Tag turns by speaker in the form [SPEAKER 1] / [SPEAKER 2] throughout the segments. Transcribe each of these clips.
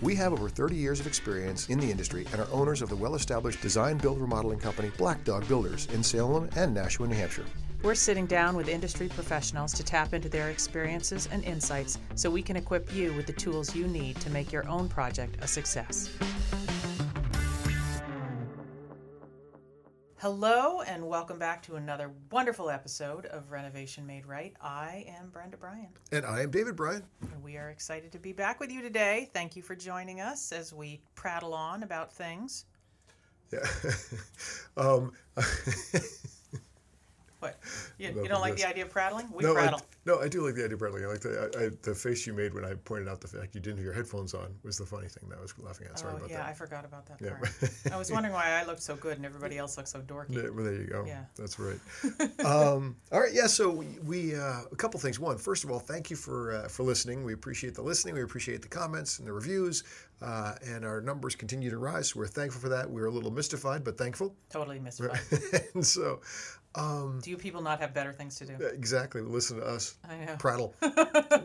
[SPEAKER 1] We have over 30 years of experience in the industry and are owners of the well established design build remodeling company Black Dog Builders in Salem and Nashua, New Hampshire.
[SPEAKER 2] We're sitting down with industry professionals to tap into their experiences and insights so we can equip you with the tools you need to make your own project a success. Hello, and welcome back to another wonderful episode of Renovation Made Right. I am Brenda Bryan,
[SPEAKER 1] And I am David Bryan.
[SPEAKER 2] and we are excited to be back with you today. Thank you for joining us as we prattle on about things.
[SPEAKER 1] Yeah. um,
[SPEAKER 2] What? You, you
[SPEAKER 1] Nothing,
[SPEAKER 2] don't like
[SPEAKER 1] yes.
[SPEAKER 2] the idea of prattling? We
[SPEAKER 1] no, I,
[SPEAKER 2] prattle.
[SPEAKER 1] no, I do like the idea of prattling. I like the, I, I, the face you made when I pointed out the fact you didn't have your headphones on was the funny thing that I was laughing at. Sorry
[SPEAKER 2] oh,
[SPEAKER 1] about
[SPEAKER 2] yeah, I
[SPEAKER 1] that.
[SPEAKER 2] forgot about that
[SPEAKER 1] Yeah.
[SPEAKER 2] part. I was wondering why I looked so good and everybody else looked so dorky.
[SPEAKER 1] Yeah, well, there you go.
[SPEAKER 2] Yeah.
[SPEAKER 1] That's right. um, all right. Yeah. So we, we uh, a couple things. One, first of all, thank you for uh, for listening. We appreciate the listening. We appreciate the comments and the reviews, uh, and our numbers continue to rise. So we're thankful for that. We're a little mystified, but thankful.
[SPEAKER 2] Totally mystified.
[SPEAKER 1] and so, uh,
[SPEAKER 2] Do you people not have better things to do?
[SPEAKER 1] exactly, listen to us
[SPEAKER 2] I know.
[SPEAKER 1] prattle.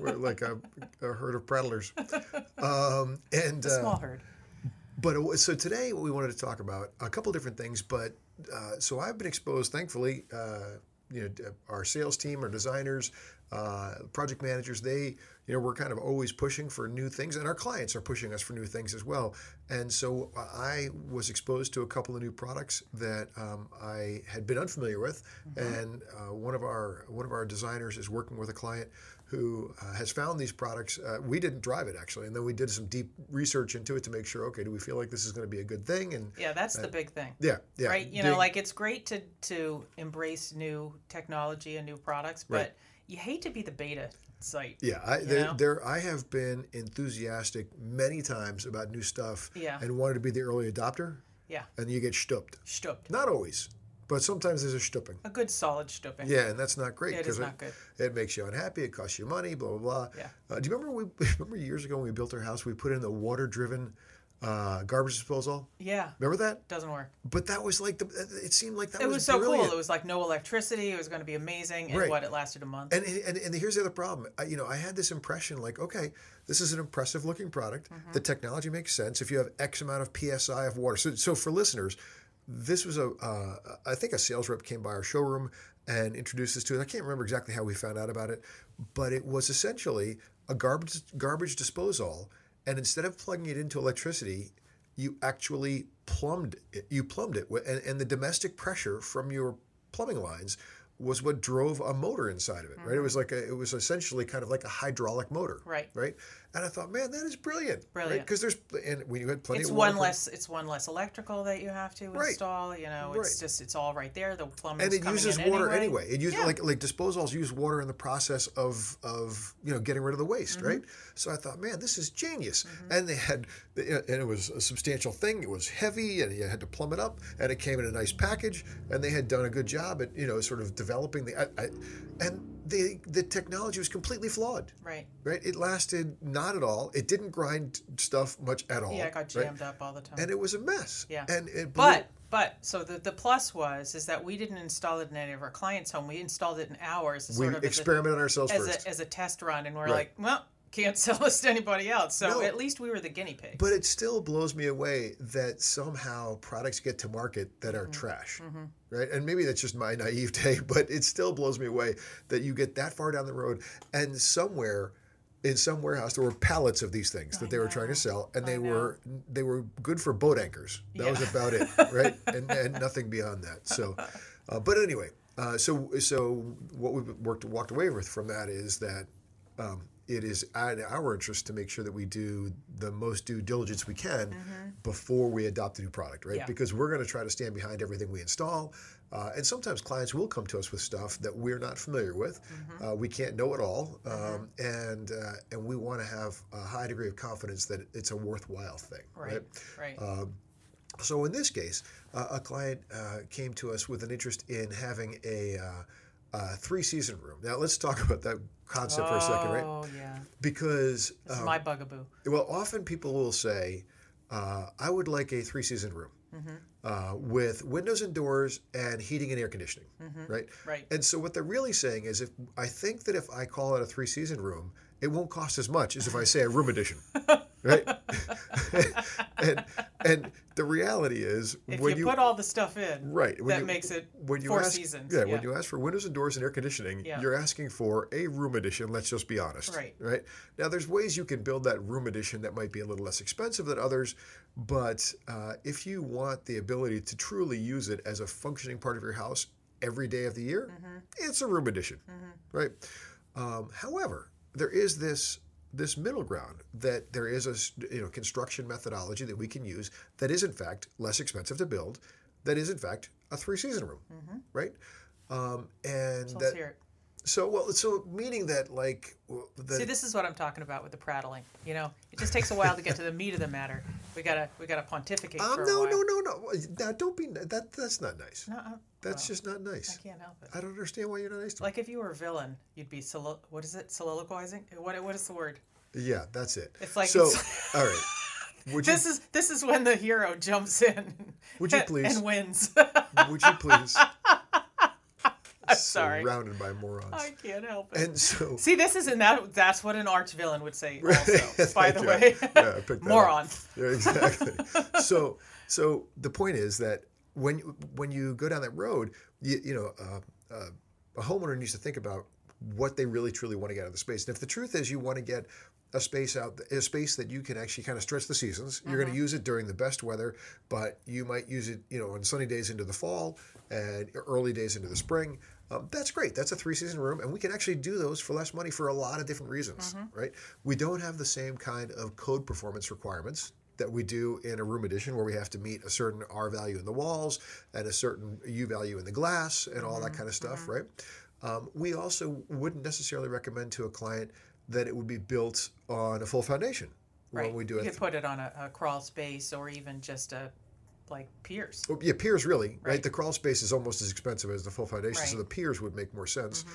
[SPEAKER 1] we're like a, a herd of prattlers. Um, and uh,
[SPEAKER 2] Small herd.
[SPEAKER 1] But it was- so today, what we wanted to talk about a couple different things. But uh, so I've been exposed, thankfully. Uh, you know, d- our sales team, our designers, uh, project managers, they, you know, we're kind of always pushing for new things, and our clients are pushing us for new things as well. And so I was exposed to a couple of new products that um, I had been unfamiliar with, and uh, one of our one of our designers is working with a client who uh, has found these products. Uh, we didn't drive it actually, and then we did some deep research into it to make sure. Okay, do we feel like this is going to be a good thing? And
[SPEAKER 2] Yeah, that's the big thing.
[SPEAKER 1] yeah, yeah,
[SPEAKER 2] right? You
[SPEAKER 1] dig-
[SPEAKER 2] know, like it's great to to embrace new technology and new products, but
[SPEAKER 1] Right.
[SPEAKER 2] you hate to be the beta site.
[SPEAKER 1] Yeah, I,
[SPEAKER 2] know?
[SPEAKER 1] there, there, I have been enthusiastic many times about new stuff
[SPEAKER 2] Yeah.
[SPEAKER 1] and wanted to be the early adopter,
[SPEAKER 2] Yeah,
[SPEAKER 1] and you get stooped.
[SPEAKER 2] stupped.
[SPEAKER 1] Not always, but sometimes there's a stooping.
[SPEAKER 2] A good solid stupping.
[SPEAKER 1] Yeah, and that's not great
[SPEAKER 2] It is
[SPEAKER 1] it,
[SPEAKER 2] not good.
[SPEAKER 1] it makes you unhappy. It costs you money. Blah blah blah.
[SPEAKER 2] Yeah.
[SPEAKER 1] Uh, do you remember we remember years ago when we built our house? We put in the water-driven uh, garbage disposal.
[SPEAKER 2] Yeah,
[SPEAKER 1] Remember that?
[SPEAKER 2] doesn't work.
[SPEAKER 1] But that was like the. It seemed like that
[SPEAKER 2] It was, so
[SPEAKER 1] brilliant.
[SPEAKER 2] cool. It was like no electricity. It was going to be amazing, and
[SPEAKER 1] Right.
[SPEAKER 2] what it lasted a month.
[SPEAKER 1] And, and, and here's the other problem. I, you know, I had this impression like, okay, this is an impressive looking product.
[SPEAKER 2] Mm-hmm.
[SPEAKER 1] The technology makes sense if you have X amount of PSI of water. So, so for listeners, this was a, uh, I think a sales rep came by our showroom and introduced this to us. I can't remember exactly how we found out about it, but it was essentially a garbage garbage disposal. And instead of plugging it into electricity, you actually plumbed it. You plumbed it, Wh- and, and the domestic pressure from your plumbing lines was what drove a motor inside of it. Right? It was like a, it was essentially kind of like a hydraulic motor.
[SPEAKER 2] Mm-hmm. Right.
[SPEAKER 1] Right. And I thought, man, that is brilliant.
[SPEAKER 2] Brilliant.
[SPEAKER 1] Because there's and when you had plenty
[SPEAKER 2] it's
[SPEAKER 1] of
[SPEAKER 2] one
[SPEAKER 1] water-
[SPEAKER 2] less. It's one less electrical that you have to
[SPEAKER 1] Right.
[SPEAKER 2] install. You know, it's
[SPEAKER 1] Right.
[SPEAKER 2] just it's all right there. The plumbing's
[SPEAKER 1] and it
[SPEAKER 2] coming
[SPEAKER 1] uses
[SPEAKER 2] in
[SPEAKER 1] water
[SPEAKER 2] anyway.
[SPEAKER 1] anyway. It uses
[SPEAKER 2] Yeah.
[SPEAKER 1] like like disposals use water in the process of of you know getting rid of the waste,
[SPEAKER 2] Mm-hmm.
[SPEAKER 1] right? So I thought, man, this is genius. And they had and it was a substantial thing. It was heavy, and you had to plumb it up, and it came in a nice package. And they had done a good job at you know sort of developing the I, I, and the the technology was completely flawed.
[SPEAKER 2] Right.
[SPEAKER 1] Right, it lasted not at all. It didn't grind stuff much at all.
[SPEAKER 2] Yeah, it got
[SPEAKER 1] right?
[SPEAKER 2] jammed up all the time.
[SPEAKER 1] and it was a mess.
[SPEAKER 2] Yeah.
[SPEAKER 1] and it blew,
[SPEAKER 2] But but so the, the plus was is that we didn't install it in any of our clients' home. We installed it in ours. as
[SPEAKER 1] we
[SPEAKER 2] sort of as a-
[SPEAKER 1] experimented ourselves
[SPEAKER 2] as
[SPEAKER 1] first.
[SPEAKER 2] a, as a test run, and we're
[SPEAKER 1] Right.
[SPEAKER 2] like, well, can't sell this to anybody else. So
[SPEAKER 1] No.
[SPEAKER 2] at least we were the guinea pig.
[SPEAKER 1] But it still blows me away that somehow products get to market that are trash, right? And maybe that's just my naivete, but it still blows me away that you get that far down the road and somewhere in some warehouse there were pallets of these things that they were trying to sell and they were they were good for boat anchors that was
[SPEAKER 2] Yeah.
[SPEAKER 1] about it right and, and nothing beyond that so uh, but anyway uh, so so what we worked walked away with from that is that um, it is in our interest to make sure that we do the most due diligence we can before we adopt a new product, right?
[SPEAKER 2] Mm-hmm. Yeah.
[SPEAKER 1] Because we're going to try to stand behind everything we install. Uh, and sometimes clients will come to us with stuff that we're not familiar with.
[SPEAKER 2] Mm-hmm.
[SPEAKER 1] Uh, we can't know it all, um, and uh, and we want to have a high degree of confidence that it's a worthwhile thing,
[SPEAKER 2] Right. Right.
[SPEAKER 1] Uh, so in this case, uh, a client uh, came to us with an interest in having a, uh, a three-season room. Now let's talk about that concept for a second, right?
[SPEAKER 2] Oh yeah.
[SPEAKER 1] Because
[SPEAKER 2] This
[SPEAKER 1] uh,
[SPEAKER 2] is my bugaboo.
[SPEAKER 1] well, often people will say, uh, "I would like a three-season room
[SPEAKER 2] Mm-hmm.
[SPEAKER 1] uh, with windows and doors and heating and air conditioning,"
[SPEAKER 2] Mm-hmm.
[SPEAKER 1] right?
[SPEAKER 2] Right.
[SPEAKER 1] And so what they're really saying is, if I think that if I call it a three-season room, it won't cost as much as if I say a room edition, right? and and the reality is
[SPEAKER 2] If
[SPEAKER 1] when
[SPEAKER 2] you, put all the stuff in,
[SPEAKER 1] Right. When
[SPEAKER 2] that
[SPEAKER 1] you-
[SPEAKER 2] makes it
[SPEAKER 1] when you
[SPEAKER 2] four
[SPEAKER 1] ask,
[SPEAKER 2] seasons.
[SPEAKER 1] Yeah, when you ask for windows and doors and air conditioning,
[SPEAKER 2] Yeah.
[SPEAKER 1] you're asking for a room edition. Let's just be honest.
[SPEAKER 2] Right.
[SPEAKER 1] Right. Now, there's ways you can build that room edition that might be a little less expensive than others, but uh, if you want the ability to truly use it as a functioning part of your house every day of the year,
[SPEAKER 2] Mm-hmm.
[SPEAKER 1] it's a room edition. Right. Um, however, there is this this middle ground that there is a s- you know construction methodology that we can use that is in fact less expensive to build, that is in fact a three season room, right? Um, and
[SPEAKER 2] Mm-hmm. So let's
[SPEAKER 1] that
[SPEAKER 2] hear it.
[SPEAKER 1] so well so meaning that like w- the,
[SPEAKER 2] See, this is what I'm talking about with the prattling. You know, it just takes a while to get to the meat of the matter. We gotta we gotta pontificate for
[SPEAKER 1] um
[SPEAKER 2] a
[SPEAKER 1] no
[SPEAKER 2] while.
[SPEAKER 1] no no no now don't be that that's not nice
[SPEAKER 2] no, no.
[SPEAKER 1] that's just not nice
[SPEAKER 2] I Uh-uh, can't help it.
[SPEAKER 1] I don't understand why you're not nice to me.
[SPEAKER 2] Like if you were a villain, you'd be solo- what is it? Soliloquizing? What what is the word?
[SPEAKER 1] yeah that's it
[SPEAKER 2] It's like-
[SPEAKER 1] so
[SPEAKER 2] it's-
[SPEAKER 1] all right would you
[SPEAKER 2] This is this is when the hero jumps in.
[SPEAKER 1] Would you
[SPEAKER 2] and-
[SPEAKER 1] please-
[SPEAKER 2] And wins.
[SPEAKER 1] would you please I'm
[SPEAKER 2] sorry.
[SPEAKER 1] surrounded by morons
[SPEAKER 2] I can't help it.
[SPEAKER 1] and so
[SPEAKER 2] See, this isn't that. That's what an arch villain would say. Also,
[SPEAKER 1] Thank
[SPEAKER 2] by the
[SPEAKER 1] you.
[SPEAKER 2] way,
[SPEAKER 1] Yeah, I picked that up.
[SPEAKER 2] moron.
[SPEAKER 1] Yeah, exactly. so, so the point is that when you- when you go down that road, you, you know, uh, uh, a homeowner needs to think about what they really truly want to get out of the space. And if the truth is you want to get a space out, a space that you can actually kind of stretch the seasons. You're going to use it during the best weather, but you might use it, you know, on sunny days into the fall and early days into the spring. Um, that's great. That's a three season room, and we can actually do those for less money for a lot of different reasons,
[SPEAKER 2] Mm-hmm.
[SPEAKER 1] right? We don't have the same kind of code performance requirements that we do in a room edition where we have to meet a certain R value in the walls and a certain U value in the glass and all
[SPEAKER 2] Mm-hmm.
[SPEAKER 1] that kind of stuff, right? Um, we also wouldn't necessarily recommend to a client that it would be built on a full foundation
[SPEAKER 2] Right.
[SPEAKER 1] when we do
[SPEAKER 2] you
[SPEAKER 1] it.
[SPEAKER 2] could put it on a, a crawl space or even just a like piers.
[SPEAKER 1] Well, yeah, piers really, right.
[SPEAKER 2] Right.
[SPEAKER 1] The crawl space is almost as expensive as the full foundation, so
[SPEAKER 2] Right.
[SPEAKER 1] the piers would make more sense.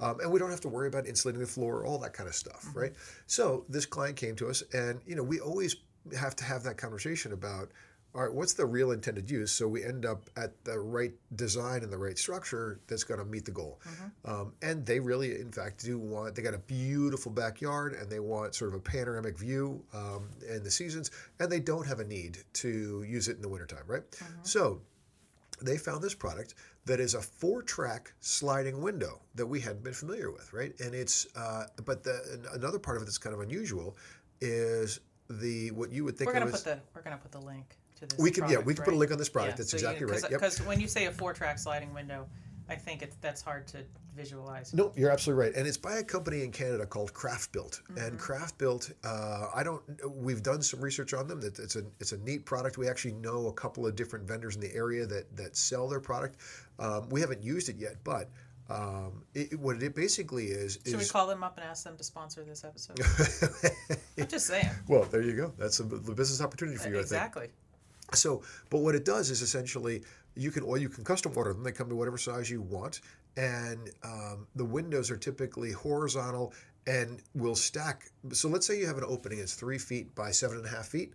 [SPEAKER 1] Um, and we don't have to worry about insulating the floor, all that kind of stuff, right? So this client came to us, and you know, we always have to have that conversation about, all right, what's the real intended use? So we end up at the right design and the right structure that's going to meet the goal. Um, and they really, in fact, do want. They got a beautiful backyard, and they want sort of a panoramic view um, in the seasons, and they don't have a need to use it in the wintertime, right? So they found this product that is a four-track sliding window that we hadn't been familiar with, right? And it's, uh, but the an- another part of it that's kind of unusual is the what you would think
[SPEAKER 2] We're gonna
[SPEAKER 1] of as
[SPEAKER 2] put the we're gonna put the link to this.
[SPEAKER 1] we can yeah
[SPEAKER 2] product,
[SPEAKER 1] we can put a
[SPEAKER 2] right?
[SPEAKER 1] link on this product. that's exactly right. Yep.
[SPEAKER 2] Because when you say a four-track sliding window, I think it's that's hard to visualize.
[SPEAKER 1] No, you're absolutely right, and it's by a company in Canada called Craft Built.
[SPEAKER 2] Mm-hmm.
[SPEAKER 1] And Craft Built, uh, I don't. We've done some research on them. That it's a it's a neat product. We actually know a couple of different vendors in the area that that sell their product. Um, we haven't used it yet, but um, it, it- what it basically is
[SPEAKER 2] Should we
[SPEAKER 1] is
[SPEAKER 2] call them up and ask them to sponsor this episode? I'm just saying.
[SPEAKER 1] well, there you go. That's a, the business opportunity for you. I think.
[SPEAKER 2] exactly.
[SPEAKER 1] So, but what it does is essentially you can or you can custom order them. They come to whatever size you want, and um, the windows are typically horizontal and will stack. So, let's say you have an opening that's three feet by seven and a half feet.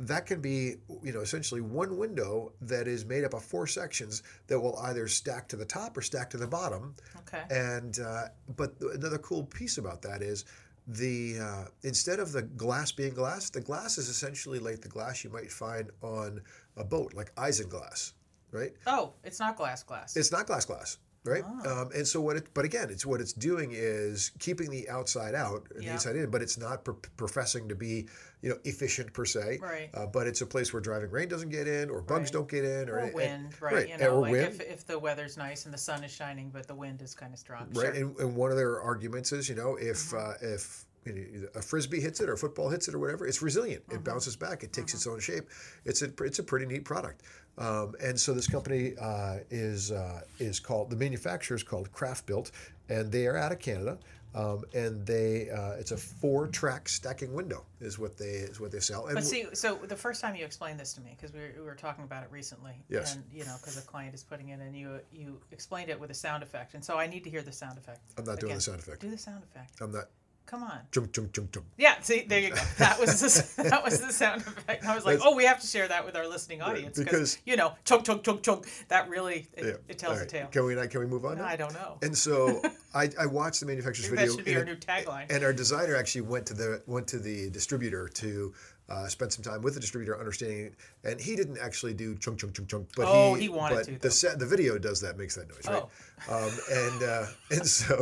[SPEAKER 1] That can be, you know, essentially one window that is made up of four sections that will either stack to the top or stack to the bottom.
[SPEAKER 2] Okay.
[SPEAKER 1] And uh, but th- another cool piece about that is the uh, instead of the glass being glass, the glass is essentially like the glass you might find on a boat, like isinglass, right?
[SPEAKER 2] Oh, it's not glass glass.
[SPEAKER 1] It's not glass glass, right?
[SPEAKER 2] Ah.
[SPEAKER 1] Um, and so what it, but again, it's what it's doing is keeping the outside out and the
[SPEAKER 2] Yeah.
[SPEAKER 1] inside in, but it's not pro- professing to be, you know, efficient per se.
[SPEAKER 2] Right.
[SPEAKER 1] Uh, but it's a place where driving rain doesn't get in, or bugs
[SPEAKER 2] Right.
[SPEAKER 1] don't get in, or,
[SPEAKER 2] or
[SPEAKER 1] any-
[SPEAKER 2] wind, right? You
[SPEAKER 1] or
[SPEAKER 2] know, like
[SPEAKER 1] wind.
[SPEAKER 2] if, if the weather's nice and the sun is shining, but the wind is kind of strong.
[SPEAKER 1] right?
[SPEAKER 2] Sure. Mm-hmm.
[SPEAKER 1] And, and one of their arguments is, you know, if uh, if you know, either a frisbee hits it or a football hits it or whatever, it's resilient.
[SPEAKER 2] Mm-hmm.
[SPEAKER 1] It bounces back. It takes its own shape. It's a it's a pretty neat product. Um, and so this company uh, is uh, is called the manufacturer is called Craft Built, and they are out of Canada. Um, and they uh, it's a four track stacking window is what they is what they sell. And
[SPEAKER 2] But
[SPEAKER 1] w-
[SPEAKER 2] see, so the first time you explained this to me, because we were, we were talking about it recently,
[SPEAKER 1] Yes.
[SPEAKER 2] and you know, because a client is putting it, and you you explained it with a sound effect, and so I need to hear the sound effect.
[SPEAKER 1] I'm not doing
[SPEAKER 2] again.
[SPEAKER 1] the sound effect.
[SPEAKER 2] Do the sound effect.
[SPEAKER 1] I'm not
[SPEAKER 2] Come on.
[SPEAKER 1] jump jump jump jump.
[SPEAKER 2] Yeah. See, there you go. That was the, that was the sound effect. And I was like, oh, we have to share that with our listening audience
[SPEAKER 1] because-
[SPEAKER 2] you know, chunk chunk chunk chunk. That really it,
[SPEAKER 1] Yeah.
[SPEAKER 2] it tells
[SPEAKER 1] All
[SPEAKER 2] the
[SPEAKER 1] right.
[SPEAKER 2] a tale.
[SPEAKER 1] Can we not? Can we move on? now?
[SPEAKER 2] I don't know.
[SPEAKER 1] And so I, I watched the manufacturer's
[SPEAKER 2] That
[SPEAKER 1] video.
[SPEAKER 2] should be
[SPEAKER 1] and
[SPEAKER 2] our
[SPEAKER 1] it-
[SPEAKER 2] new tagline.
[SPEAKER 1] and our designer actually went to the went to the distributor to uh, spend some time with the distributor understanding it. and he didn't actually do chunk chunk chunk chunk but
[SPEAKER 2] Oh, he wanted
[SPEAKER 1] but
[SPEAKER 2] to, though. Oh.
[SPEAKER 1] the set, the video does that makes that noise right um, and uh, and so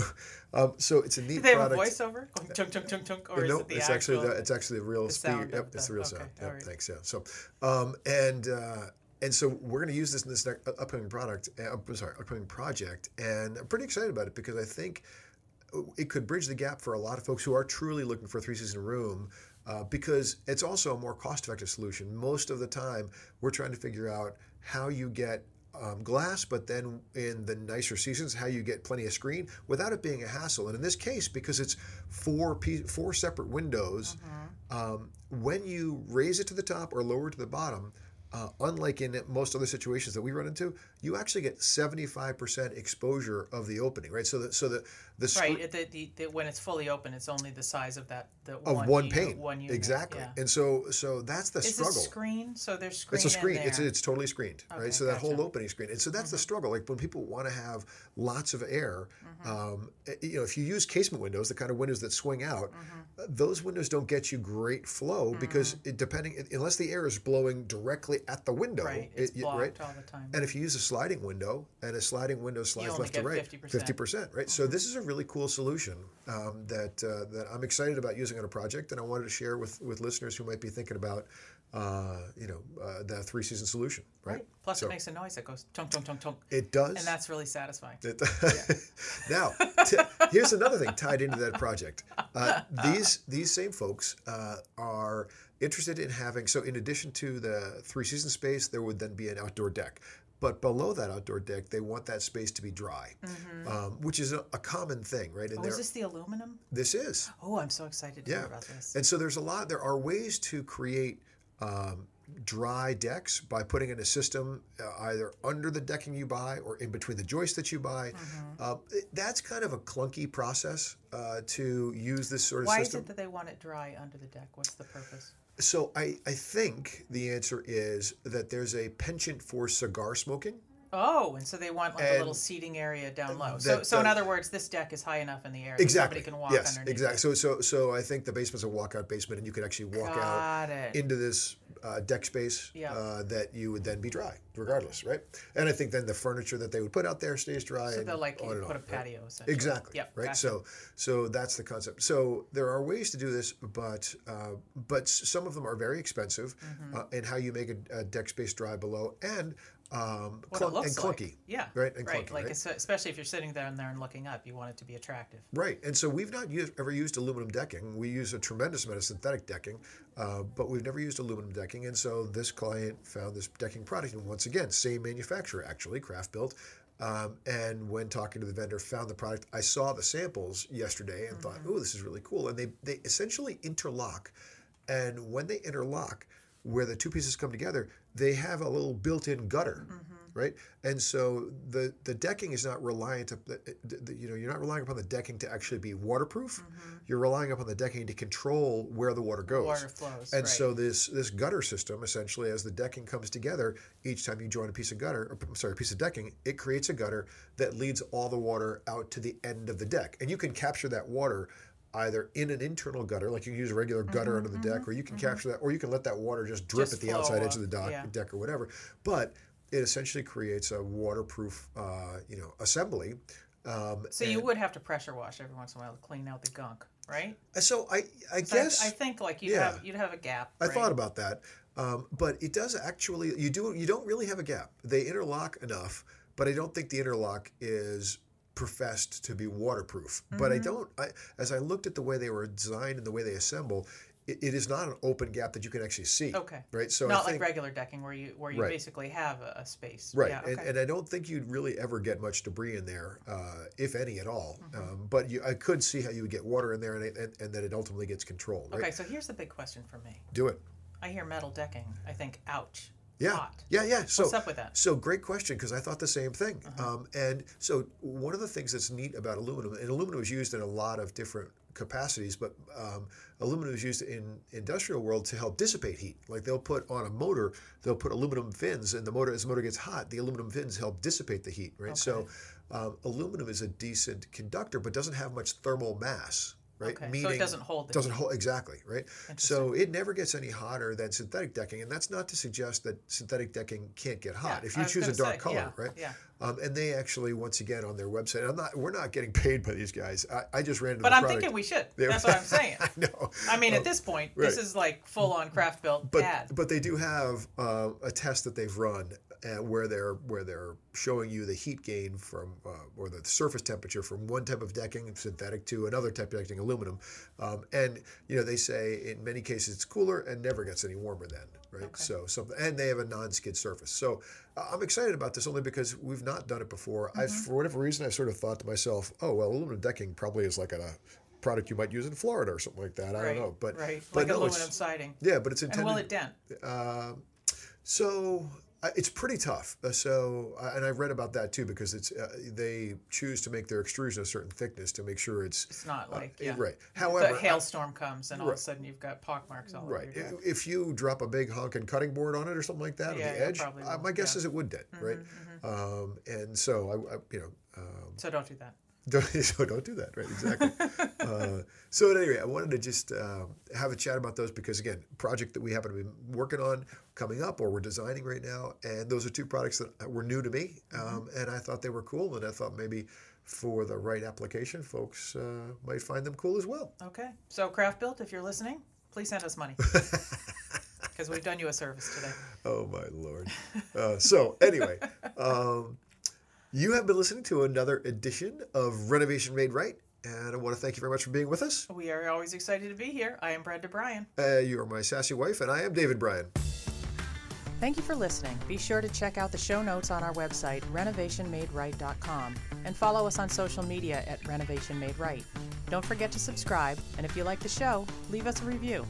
[SPEAKER 1] um, so it's a neat
[SPEAKER 2] Do they have
[SPEAKER 1] product
[SPEAKER 2] a voiceover? Going chunk chunk chunk chunk, or is
[SPEAKER 1] no,
[SPEAKER 2] it the
[SPEAKER 1] it's
[SPEAKER 2] actual?
[SPEAKER 1] actually the, it's actually the real speaker.
[SPEAKER 2] sound
[SPEAKER 1] Yep,
[SPEAKER 2] of
[SPEAKER 1] it's
[SPEAKER 2] the-
[SPEAKER 1] the real
[SPEAKER 2] okay,
[SPEAKER 1] sound.
[SPEAKER 2] all
[SPEAKER 1] Yep,
[SPEAKER 2] right.
[SPEAKER 1] thanks. Yeah. So, um, and uh, and so we're going to use this in this next uh, upcoming product. Uh, I'm sorry, upcoming project, and I'm pretty excited about it because I think it could bridge the gap for a lot of folks who are truly looking for a three season room. Uh, because it's also a more cost effective solution. Most of the time, we're trying to figure out how you get um, glass, but then in the nicer seasons, how you get plenty of screen without it being a hassle. And in this case, because it's four pie- four separate windows, um, when you raise it to the top or lower to the bottom, uh, unlike in most other situations that we run into, you actually get 75% exposure of the opening, right? So that so the the scre-
[SPEAKER 2] Right, it- the, the, the, when it's fully open, it's only the size of that the
[SPEAKER 1] of
[SPEAKER 2] one,
[SPEAKER 1] one,
[SPEAKER 2] unit-
[SPEAKER 1] pane,
[SPEAKER 2] one unit.
[SPEAKER 1] exactly.
[SPEAKER 2] Yeah.
[SPEAKER 1] And so so that's the
[SPEAKER 2] Is
[SPEAKER 1] struggle.
[SPEAKER 2] it screen? So there's screen.
[SPEAKER 1] It's a screen.
[SPEAKER 2] In there.
[SPEAKER 1] It's it's totally screened,
[SPEAKER 2] Okay,
[SPEAKER 1] right? So that whole
[SPEAKER 2] gotcha. Mm-hmm.
[SPEAKER 1] opening screen, and so that's the struggle. Like when people want to have lots of air,
[SPEAKER 2] Mm-hmm.
[SPEAKER 1] um, eh, you know, if you use casement windows, the kind of windows that swing out,
[SPEAKER 2] Mm-hmm.
[SPEAKER 1] uh, those windows don't get you great flow because it, depending, it- unless the air is blowing directly at the window,
[SPEAKER 2] right. It's
[SPEAKER 1] it- you-
[SPEAKER 2] blocked
[SPEAKER 1] right?
[SPEAKER 2] all the time.
[SPEAKER 1] And if you use a sliding window, and a sliding window slides
[SPEAKER 2] only
[SPEAKER 1] left to
[SPEAKER 2] get
[SPEAKER 1] right,
[SPEAKER 2] 50%.
[SPEAKER 1] fifty percent, right? So this is a really cool solution um, that uh, that I'm excited about using on a project, and I wanted to share with with listeners who might be thinking about, uh, you know, uh, that three season solution, right?
[SPEAKER 2] Right. Plus,
[SPEAKER 1] So-
[SPEAKER 2] it makes a noise that goes tunk tunk tunk tunk,
[SPEAKER 1] It does.
[SPEAKER 2] and that's really satisfying.
[SPEAKER 1] It- now, t- here's another thing tied into that project. Uh, these these same folks uh, are interested in having. So, in addition to the three season space, there would then be an outdoor deck. But below that outdoor deck, they want that space to be dry, um, which is a, a common thing, right? And
[SPEAKER 2] Mm-hmm. Oh,
[SPEAKER 1] there,
[SPEAKER 2] is this the aluminum?
[SPEAKER 1] this is.
[SPEAKER 2] Oh, I'm so excited to hear
[SPEAKER 1] Yeah.
[SPEAKER 2] about this.
[SPEAKER 1] And so there's a lot. There are ways to create um, dry decks by putting in a system uh, either under the decking you buy or in between the joists that you buy.
[SPEAKER 2] Mm-hmm.
[SPEAKER 1] Uh, it- that's kind of a clunky process uh, to use this sort of
[SPEAKER 2] Why is
[SPEAKER 1] system.
[SPEAKER 2] it that they want it dry under the deck? What's the purpose?
[SPEAKER 1] so I, I think the answer is that there's a penchant for cigar smoking.
[SPEAKER 2] Oh, and so they want like a little
[SPEAKER 1] And
[SPEAKER 2] seating area down low. So,
[SPEAKER 1] that
[SPEAKER 2] so in
[SPEAKER 1] does-
[SPEAKER 2] other words, this deck is high enough in the air
[SPEAKER 1] Exactly.
[SPEAKER 2] that somebody can walk
[SPEAKER 1] yes,
[SPEAKER 2] underneath.
[SPEAKER 1] exactly. So so so I think the basement's a walkout basement, and you could actually walk out
[SPEAKER 2] Got it.
[SPEAKER 1] into this uh, deck space
[SPEAKER 2] Yeah.
[SPEAKER 1] uh, that you would then be dry regardless, right? And I think then the furniture that they would put out there stays dry.
[SPEAKER 2] so
[SPEAKER 1] and
[SPEAKER 2] they'll like you
[SPEAKER 1] on and
[SPEAKER 2] put
[SPEAKER 1] on,
[SPEAKER 2] a
[SPEAKER 1] right?
[SPEAKER 2] patio. essentially.
[SPEAKER 1] Exactly.
[SPEAKER 2] Yep,
[SPEAKER 1] Right.
[SPEAKER 2] gotcha.
[SPEAKER 1] So so that's the concept. So there are ways to do this, but uh, but s- some of them are very expensive,
[SPEAKER 2] Mm-hmm.
[SPEAKER 1] uh, and how you make a, a deck space dry below and um,
[SPEAKER 2] What it
[SPEAKER 1] clunk, and
[SPEAKER 2] looks like.
[SPEAKER 1] clunky.
[SPEAKER 2] Yeah.
[SPEAKER 1] Right, and clunky,
[SPEAKER 2] Like
[SPEAKER 1] right?
[SPEAKER 2] es- especially if you're sitting down there and looking up, you want it to be attractive.
[SPEAKER 1] Right, and so we've not used, ever used aluminum decking. We use a tremendous amount of synthetic decking, uh, but we've never used aluminum decking. And so this client found this decking product, and once again, same manufacturer actually, Craft Built. Um, and when talking to the vendor, found the product. I saw the samples yesterday and thought, "Oh, this is really cool." And they they essentially interlock, and when they interlock, where the two pieces come together, they have a little built-in gutter, right? And so the the decking is not reliant up, the- the- you know, you're not relying upon the decking to actually be waterproof. You're relying upon the decking to control where the water goes.
[SPEAKER 2] Water flows.
[SPEAKER 1] and
[SPEAKER 2] right.
[SPEAKER 1] so this this gutter system essentially, as the decking comes together, each time you join a piece of gutter, or, I'm sorry, a piece of decking, it creates a gutter that leads all the water out to the end of the deck, and you can capture that water either in an internal gutter, like you can use a regular gutter under the deck, or you can capture that, or you can let that water just drip
[SPEAKER 2] Mm-hmm, Just
[SPEAKER 1] at the
[SPEAKER 2] flow
[SPEAKER 1] outside
[SPEAKER 2] off,
[SPEAKER 1] edge of the dock,
[SPEAKER 2] yeah.
[SPEAKER 1] deck or whatever. But it essentially creates a waterproof, uh, you know, assembly. Um,
[SPEAKER 2] So you would have to pressure wash every once in a while to clean out the gunk, right?
[SPEAKER 1] so I, I
[SPEAKER 2] 'Cause I-
[SPEAKER 1] guess
[SPEAKER 2] I, think like you'd
[SPEAKER 1] yeah.
[SPEAKER 2] have you'd have a gap.
[SPEAKER 1] I
[SPEAKER 2] right?
[SPEAKER 1] thought about that, um, but it does actually. You do. You don't really have a gap. They interlock enough, but I don't think the interlock is professed to be waterproof, but I
[SPEAKER 2] Mm-hmm.
[SPEAKER 1] don't. I, as I looked at the way they were designed and the way they assemble, it, it is not an open gap that you can actually see.
[SPEAKER 2] Okay.
[SPEAKER 1] Right. So
[SPEAKER 2] Oh, Not
[SPEAKER 1] I think,
[SPEAKER 2] like regular decking where you where you
[SPEAKER 1] Right.
[SPEAKER 2] basically have a, a space.
[SPEAKER 1] Right,
[SPEAKER 2] Yeah,
[SPEAKER 1] and,
[SPEAKER 2] okay.
[SPEAKER 1] and I don't think you'd really ever get much debris in there, uh, if any at all.
[SPEAKER 2] Mm-hmm.
[SPEAKER 1] Um, but you, I could see how you would get water in there, and, it- and, and that it ultimately gets controlled. Right?
[SPEAKER 2] okay, so here's the big question for me.
[SPEAKER 1] Do it.
[SPEAKER 2] I hear metal decking. I think, ouch.
[SPEAKER 1] Yeah.
[SPEAKER 2] Hot.
[SPEAKER 1] Yeah, yeah. So
[SPEAKER 2] What's up with that?
[SPEAKER 1] So
[SPEAKER 2] Uh-huh.
[SPEAKER 1] great question because I thought the same thing. Um, and so one of the things that's neat about aluminum, and aluminum is used in a lot of different capacities, but um, aluminum is used in industrial world to help dissipate heat. Like they'll put on a motor, they'll put aluminum fins, and the motor as the motor gets hot, the aluminum fins help dissipate the heat, right? So um, aluminum is a decent conductor, but doesn't have much thermal mass. Right?
[SPEAKER 2] Okay, so it doesn't hold the
[SPEAKER 1] doesn't hold exactly right so it never gets any hotter than synthetic decking and that's not to suggest that synthetic decking can't get hot
[SPEAKER 2] Yeah,
[SPEAKER 1] if
[SPEAKER 2] I
[SPEAKER 1] you
[SPEAKER 2] was
[SPEAKER 1] choose a
[SPEAKER 2] gonna
[SPEAKER 1] dark
[SPEAKER 2] say,
[SPEAKER 1] color
[SPEAKER 2] yeah,
[SPEAKER 1] right
[SPEAKER 2] yeah.
[SPEAKER 1] um, and they actually once again on their website i'm not we're not getting paid by these guys i, I just ran into
[SPEAKER 2] But
[SPEAKER 1] the
[SPEAKER 2] I'm
[SPEAKER 1] product.
[SPEAKER 2] thinking we should.
[SPEAKER 1] They-
[SPEAKER 2] That's what I'm saying.
[SPEAKER 1] i know
[SPEAKER 2] I mean, at this point, this
[SPEAKER 1] Oh, right. Mm,
[SPEAKER 2] is like full on craft built
[SPEAKER 1] but
[SPEAKER 2] ad.
[SPEAKER 1] but they do have uh, a test that they've run uh, where they're where they're showing you the heat gain from uh, or the surface temperature from one type of decking synthetic to another type of decking aluminum, um, and you know they say in many cases it's cooler and never gets any warmer then right so something and they have a non-skid surface so uh, I'm excited about this only because we've not done it before I've
[SPEAKER 2] Mm-hmm.
[SPEAKER 1] for whatever reason I've sort of thought to myself oh well aluminum decking probably is like a product you might use in Florida or something like that I
[SPEAKER 2] right.
[SPEAKER 1] don't know but
[SPEAKER 2] right.
[SPEAKER 1] but
[SPEAKER 2] like
[SPEAKER 1] no, it's-
[SPEAKER 2] aluminum siding.
[SPEAKER 1] yeah, but it's intended.
[SPEAKER 2] And will it dent?
[SPEAKER 1] So uh, it's pretty tough. Uh, So uh, and I've read about that too because it's uh, they choose to make their extrusion a certain thickness to make sure it's, uh,
[SPEAKER 2] It's not like yeah.
[SPEAKER 1] right.
[SPEAKER 2] The
[SPEAKER 1] However,
[SPEAKER 2] hailstorm comes and all of a sudden you've got pock marks all
[SPEAKER 1] right,
[SPEAKER 2] over. your
[SPEAKER 1] i- if you drop a big honking cutting board on it or something like that
[SPEAKER 2] Yeah,
[SPEAKER 1] on the
[SPEAKER 2] yeah,
[SPEAKER 1] edge,
[SPEAKER 2] probably
[SPEAKER 1] uh,
[SPEAKER 2] will,
[SPEAKER 1] my guess
[SPEAKER 2] yeah. Mm-hmm,
[SPEAKER 1] is it would dent, right? Um, and so I, I you know. Um,
[SPEAKER 2] So don't do that.
[SPEAKER 1] Don't, so don't do that, right? Exactly. uh, so at any rate, I wanted to just um have a chat about those because again, project that we happen to be working on coming up or we're designing right now, and those are two products that uh, were new to me, um, and I thought they were cool, and I thought maybe for the right application, folks uh, might find them cool as well.
[SPEAKER 2] Okay. So craft built, if you're listening, please send us money. Because we've done you a service today.
[SPEAKER 1] Oh my lord! Uh, so anyway, um, you have been listening to another edition of Renovation Made Right, and I want to thank you very much for being with us.
[SPEAKER 2] We are always excited to be here. I am Brad DeBryan.
[SPEAKER 1] Uh, you are my sassy wife, and I am David Bryan.
[SPEAKER 2] Thank you for listening. Be sure to check out the show notes on our website, renovationmaderight.com, and follow us on social media at Renovation Made Right. Don't forget to subscribe, and if you like the show, leave us a review.